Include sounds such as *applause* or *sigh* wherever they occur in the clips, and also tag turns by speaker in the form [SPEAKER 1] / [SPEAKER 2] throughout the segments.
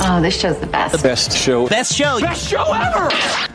[SPEAKER 1] Oh, this show's the best.
[SPEAKER 2] Best show.
[SPEAKER 3] Best show.
[SPEAKER 4] Best show ever!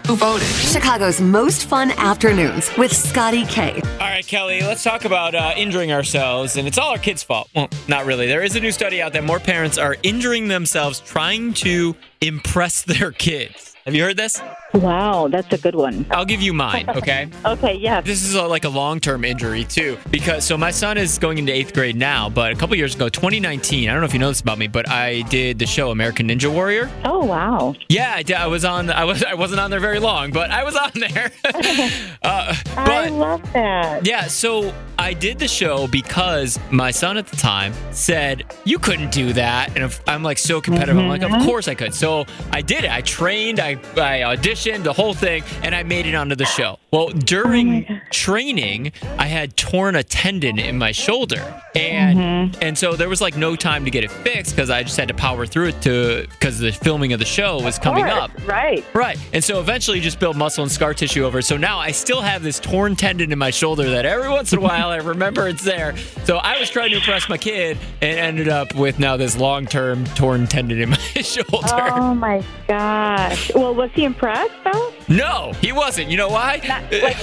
[SPEAKER 5] Who voted?
[SPEAKER 6] Chicago's most fun afternoons with Scotty K.
[SPEAKER 3] All right, Kelly, let's talk about uh, injuring ourselves, and it's all our kids' fault. Well, not really. There is a new study out that more parents are injuring themselves trying to impress *laughs* their kids. Have you heard this?
[SPEAKER 7] Wow, that's a good one.
[SPEAKER 3] I'll give you
[SPEAKER 7] *laughs*
[SPEAKER 3] mine, okay?
[SPEAKER 7] Okay, yeah.
[SPEAKER 3] This is a, like a long-term injury too, because so my son is going into eighth grade now. But a couple years ago, 2019, I don't know if you know this about me, but I did the show American Ninja Warrior.
[SPEAKER 7] Oh, wow.
[SPEAKER 3] Yeah, I, did, I was on. I was. I wasn't on there very long, but I was on there. *laughs* uh,
[SPEAKER 7] *laughs* I
[SPEAKER 3] but
[SPEAKER 7] love that.
[SPEAKER 3] yeah, so I did the show because my son at the time said you couldn't do that, and if, I'm like so competitive. I'm like,
[SPEAKER 7] Mm-hmm.
[SPEAKER 3] of course I could. So I did it. I trained. I I auditioned the whole thing, and I made it onto the show. Well,
[SPEAKER 7] Oh
[SPEAKER 3] during training, I had torn a tendon in my shoulder, and
[SPEAKER 7] Mm-hmm.
[SPEAKER 3] and so there was like no time to get it fixed because I just had to power through it to because the filming of the show was coming
[SPEAKER 7] Of
[SPEAKER 3] up.
[SPEAKER 7] course, Right.
[SPEAKER 3] Right. And so eventually you just build muscle and scar tissue over. it. So now I still have this torn tendon in my shoulder that every once in a while I remember it's there. So I was trying to impress my kid and ended up with now this long term torn tendon in my *laughs* shoulder.
[SPEAKER 7] Oh, my gosh. Well, was he impressed, though?
[SPEAKER 3] No, he wasn't. You know why? *laughs*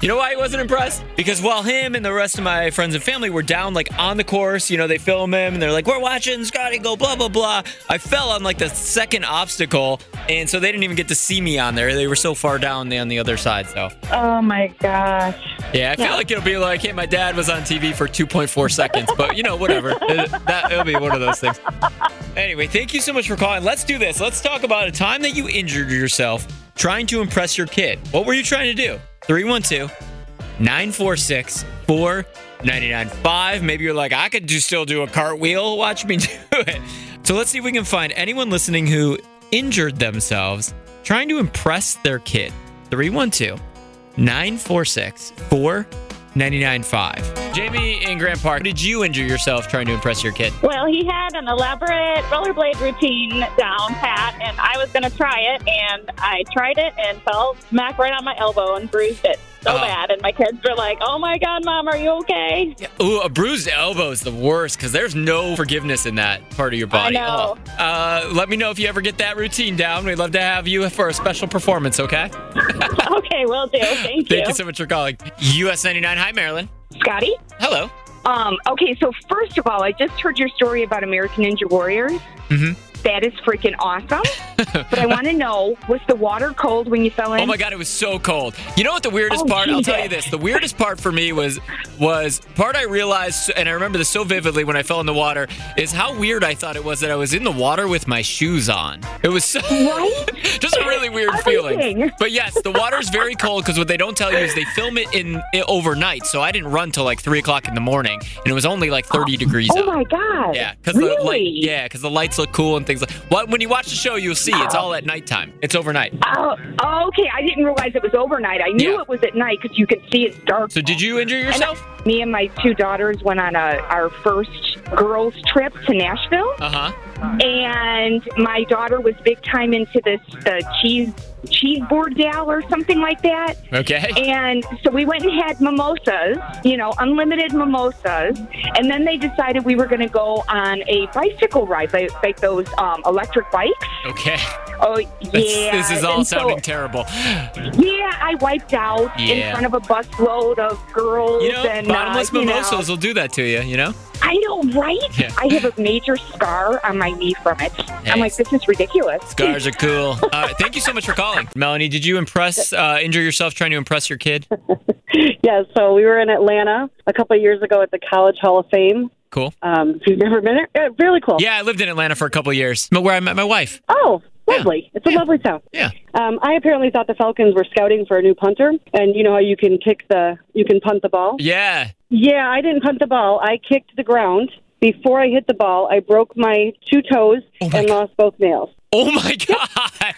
[SPEAKER 3] you know why he wasn't impressed? Because while him and the rest of my friends and family were down like on the course, you know, they film him and they're like, "We're watching Scotty go blah blah blah." I fell on like the second obstacle, and so they didn't even get to see me on there. They were so far down on the other side. So
[SPEAKER 7] Oh, my gosh.
[SPEAKER 3] yeah, I feel like it'll be like, "Hey, my dad was on TV for 2.4 seconds," but you know, whatever. It- that it'll be one of those things. Anyway, thank you so much for calling. Let's do this. Let's talk about a time that you injured yourself trying to impress your kid. What were you trying to do? 312 946 4995. Maybe you're like, I could do, still do a cartwheel. *laughs* Watch me do it. So let's see if we can find anyone listening who injured themselves trying to impress their kid. 312 946 4995. Jamie in Grand Park, did you injure yourself trying to impress your kid?
[SPEAKER 8] Well, he had an elaborate rollerblade routine down
[SPEAKER 3] *laughs*
[SPEAKER 8] pat, and I was going to try it, and I tried it and fell smack right on my elbow and bruised it so
[SPEAKER 3] Oh.
[SPEAKER 8] bad. And my kids were like, "Oh my god, mom, are you okay?"
[SPEAKER 3] Ooh, a bruised elbow is the worst because there's no forgiveness in that part of your body.
[SPEAKER 8] I know.
[SPEAKER 3] Oh. Uh, let me know if you ever get that routine down. We'd love to have you for a special performance, okay?
[SPEAKER 8] okay, will do. Thank you,
[SPEAKER 3] Thank you so much for calling. US 99. Hi, Marilyn.
[SPEAKER 9] Scotty?
[SPEAKER 3] Hello.
[SPEAKER 9] Um, okay, so first of all, I just heard your story about American Ninja Warriors.
[SPEAKER 3] Mhm.
[SPEAKER 9] That is freaking
[SPEAKER 3] *laughs*
[SPEAKER 9] awesome. but I want to know was the water cold when you fell in?
[SPEAKER 3] Oh my god, it was so cold. You know what the weirdest
[SPEAKER 9] Oh,
[SPEAKER 3] part? I'll tell you
[SPEAKER 9] Jesus.
[SPEAKER 3] this. The weirdest part for me was was part I realized and I remember this so vividly when I fell in the water is how weird I thought it was that I was in the water with my shoes on. It was so
[SPEAKER 9] Right?
[SPEAKER 3] *laughs* just a really weird feeling.
[SPEAKER 9] Everything.
[SPEAKER 3] But yes, the water's very cold because what they don't tell you is they film it in it overnight. So I didn't run till like three o'clock in the morning, and it was only like thirty degrees
[SPEAKER 9] *gasps* Oh
[SPEAKER 3] out.
[SPEAKER 9] my god.
[SPEAKER 3] Yeah,
[SPEAKER 9] really?
[SPEAKER 3] the light, yeah, because the lights look cool and things like. Well, when you watch the show, you'll see it's all at nighttime. It's overnight.
[SPEAKER 9] Oh, oh, okay. I didn't realize it was overnight. I knew
[SPEAKER 3] Yeah.
[SPEAKER 9] it was at night because you could see it's dark.
[SPEAKER 3] So did you injure yourself?
[SPEAKER 9] Me and my two daughters went on a, our first girls' trip to Nashville,
[SPEAKER 3] Uh huh.
[SPEAKER 9] and my daughter was big time into this the cheese cheese board gal or something like that. *laughs*
[SPEAKER 3] Okay.
[SPEAKER 9] And so we went and had mimosas, you know, unlimited mimosas. And then they decided we were going to go on a bicycle ride, like, like those um, electric bikes.
[SPEAKER 3] Okay.
[SPEAKER 9] Oh,
[SPEAKER 3] That's-
[SPEAKER 9] yeah.
[SPEAKER 3] This is all
[SPEAKER 9] And so-
[SPEAKER 3] sounding terrible.
[SPEAKER 9] yeah, I wiped out
[SPEAKER 3] Yeah.
[SPEAKER 9] in front of a busload of girls
[SPEAKER 3] You know,
[SPEAKER 9] and uh,
[SPEAKER 3] bottomless
[SPEAKER 9] you know,
[SPEAKER 3] mimosas will do that to you. You know.
[SPEAKER 9] I know, right?
[SPEAKER 3] Yeah.
[SPEAKER 9] I have a major scar on my knee from it. I'm like, this is ridiculous.
[SPEAKER 3] Scars are cool.
[SPEAKER 9] *laughs*
[SPEAKER 3] All right, thank you so much for calling, Melanie. Did you impress, uh, injure yourself trying to impress your kid?
[SPEAKER 10] Yeah, so we were in Atlanta a couple of years ago at the College Hall of Fame.
[SPEAKER 3] Cool.
[SPEAKER 10] Um, if you've never been there, eh, really cool.
[SPEAKER 3] Yeah, I lived in Atlanta for a couple of years, where I met my wife.
[SPEAKER 10] Oh, lovely. It's a lovely town.
[SPEAKER 3] Yeah.
[SPEAKER 10] Um, I apparently thought the Falcons were scouting for a new punter, and you know how you can kick the, you can punt the ball.
[SPEAKER 3] Yeah.
[SPEAKER 10] Yeah, I didn't punt the ball. I kicked the ground. Before I hit the ball, I broke my two toes
[SPEAKER 3] Oh my
[SPEAKER 10] and
[SPEAKER 3] God.
[SPEAKER 10] lost both nails.
[SPEAKER 3] Oh my *laughs* God.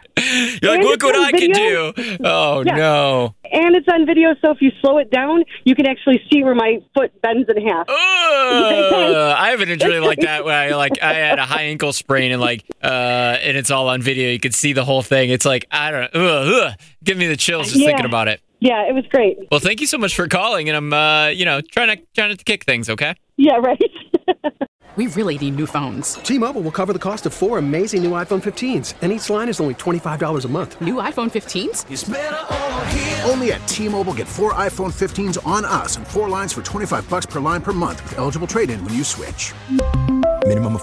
[SPEAKER 3] You're like,
[SPEAKER 10] Yeah,
[SPEAKER 3] look what
[SPEAKER 10] it's on
[SPEAKER 3] I can
[SPEAKER 10] video.
[SPEAKER 3] do. Oh
[SPEAKER 10] Yeah.
[SPEAKER 3] no.
[SPEAKER 10] And it's on video, so if you slow it down, you can actually see where my foot bends in half.
[SPEAKER 3] Oh. Ugh. I have an injury like that where I like I had a high ankle sprain and like uh and it's all on video. You can see the whole thing. It's like I don't know. Ugh, ugh. Give me the chills just
[SPEAKER 10] Yeah.
[SPEAKER 3] thinking about it.
[SPEAKER 10] Yeah, it was great.
[SPEAKER 3] Well, thank you so much for calling, and I'm uh you know trying to trying to kick things. Okay.
[SPEAKER 10] Yeah, right. *laughs*
[SPEAKER 1] we really need new phones.
[SPEAKER 2] T-Mobile will cover the cost of four amazing new iPhone 15s, and each line is only $25 a month.
[SPEAKER 1] New iPhone 15s?
[SPEAKER 4] Only at T-Mobile get four iPhone 15s on us and four lines for 25 bucks per line per month with eligible trade-in when you switch.
[SPEAKER 5] Minimum of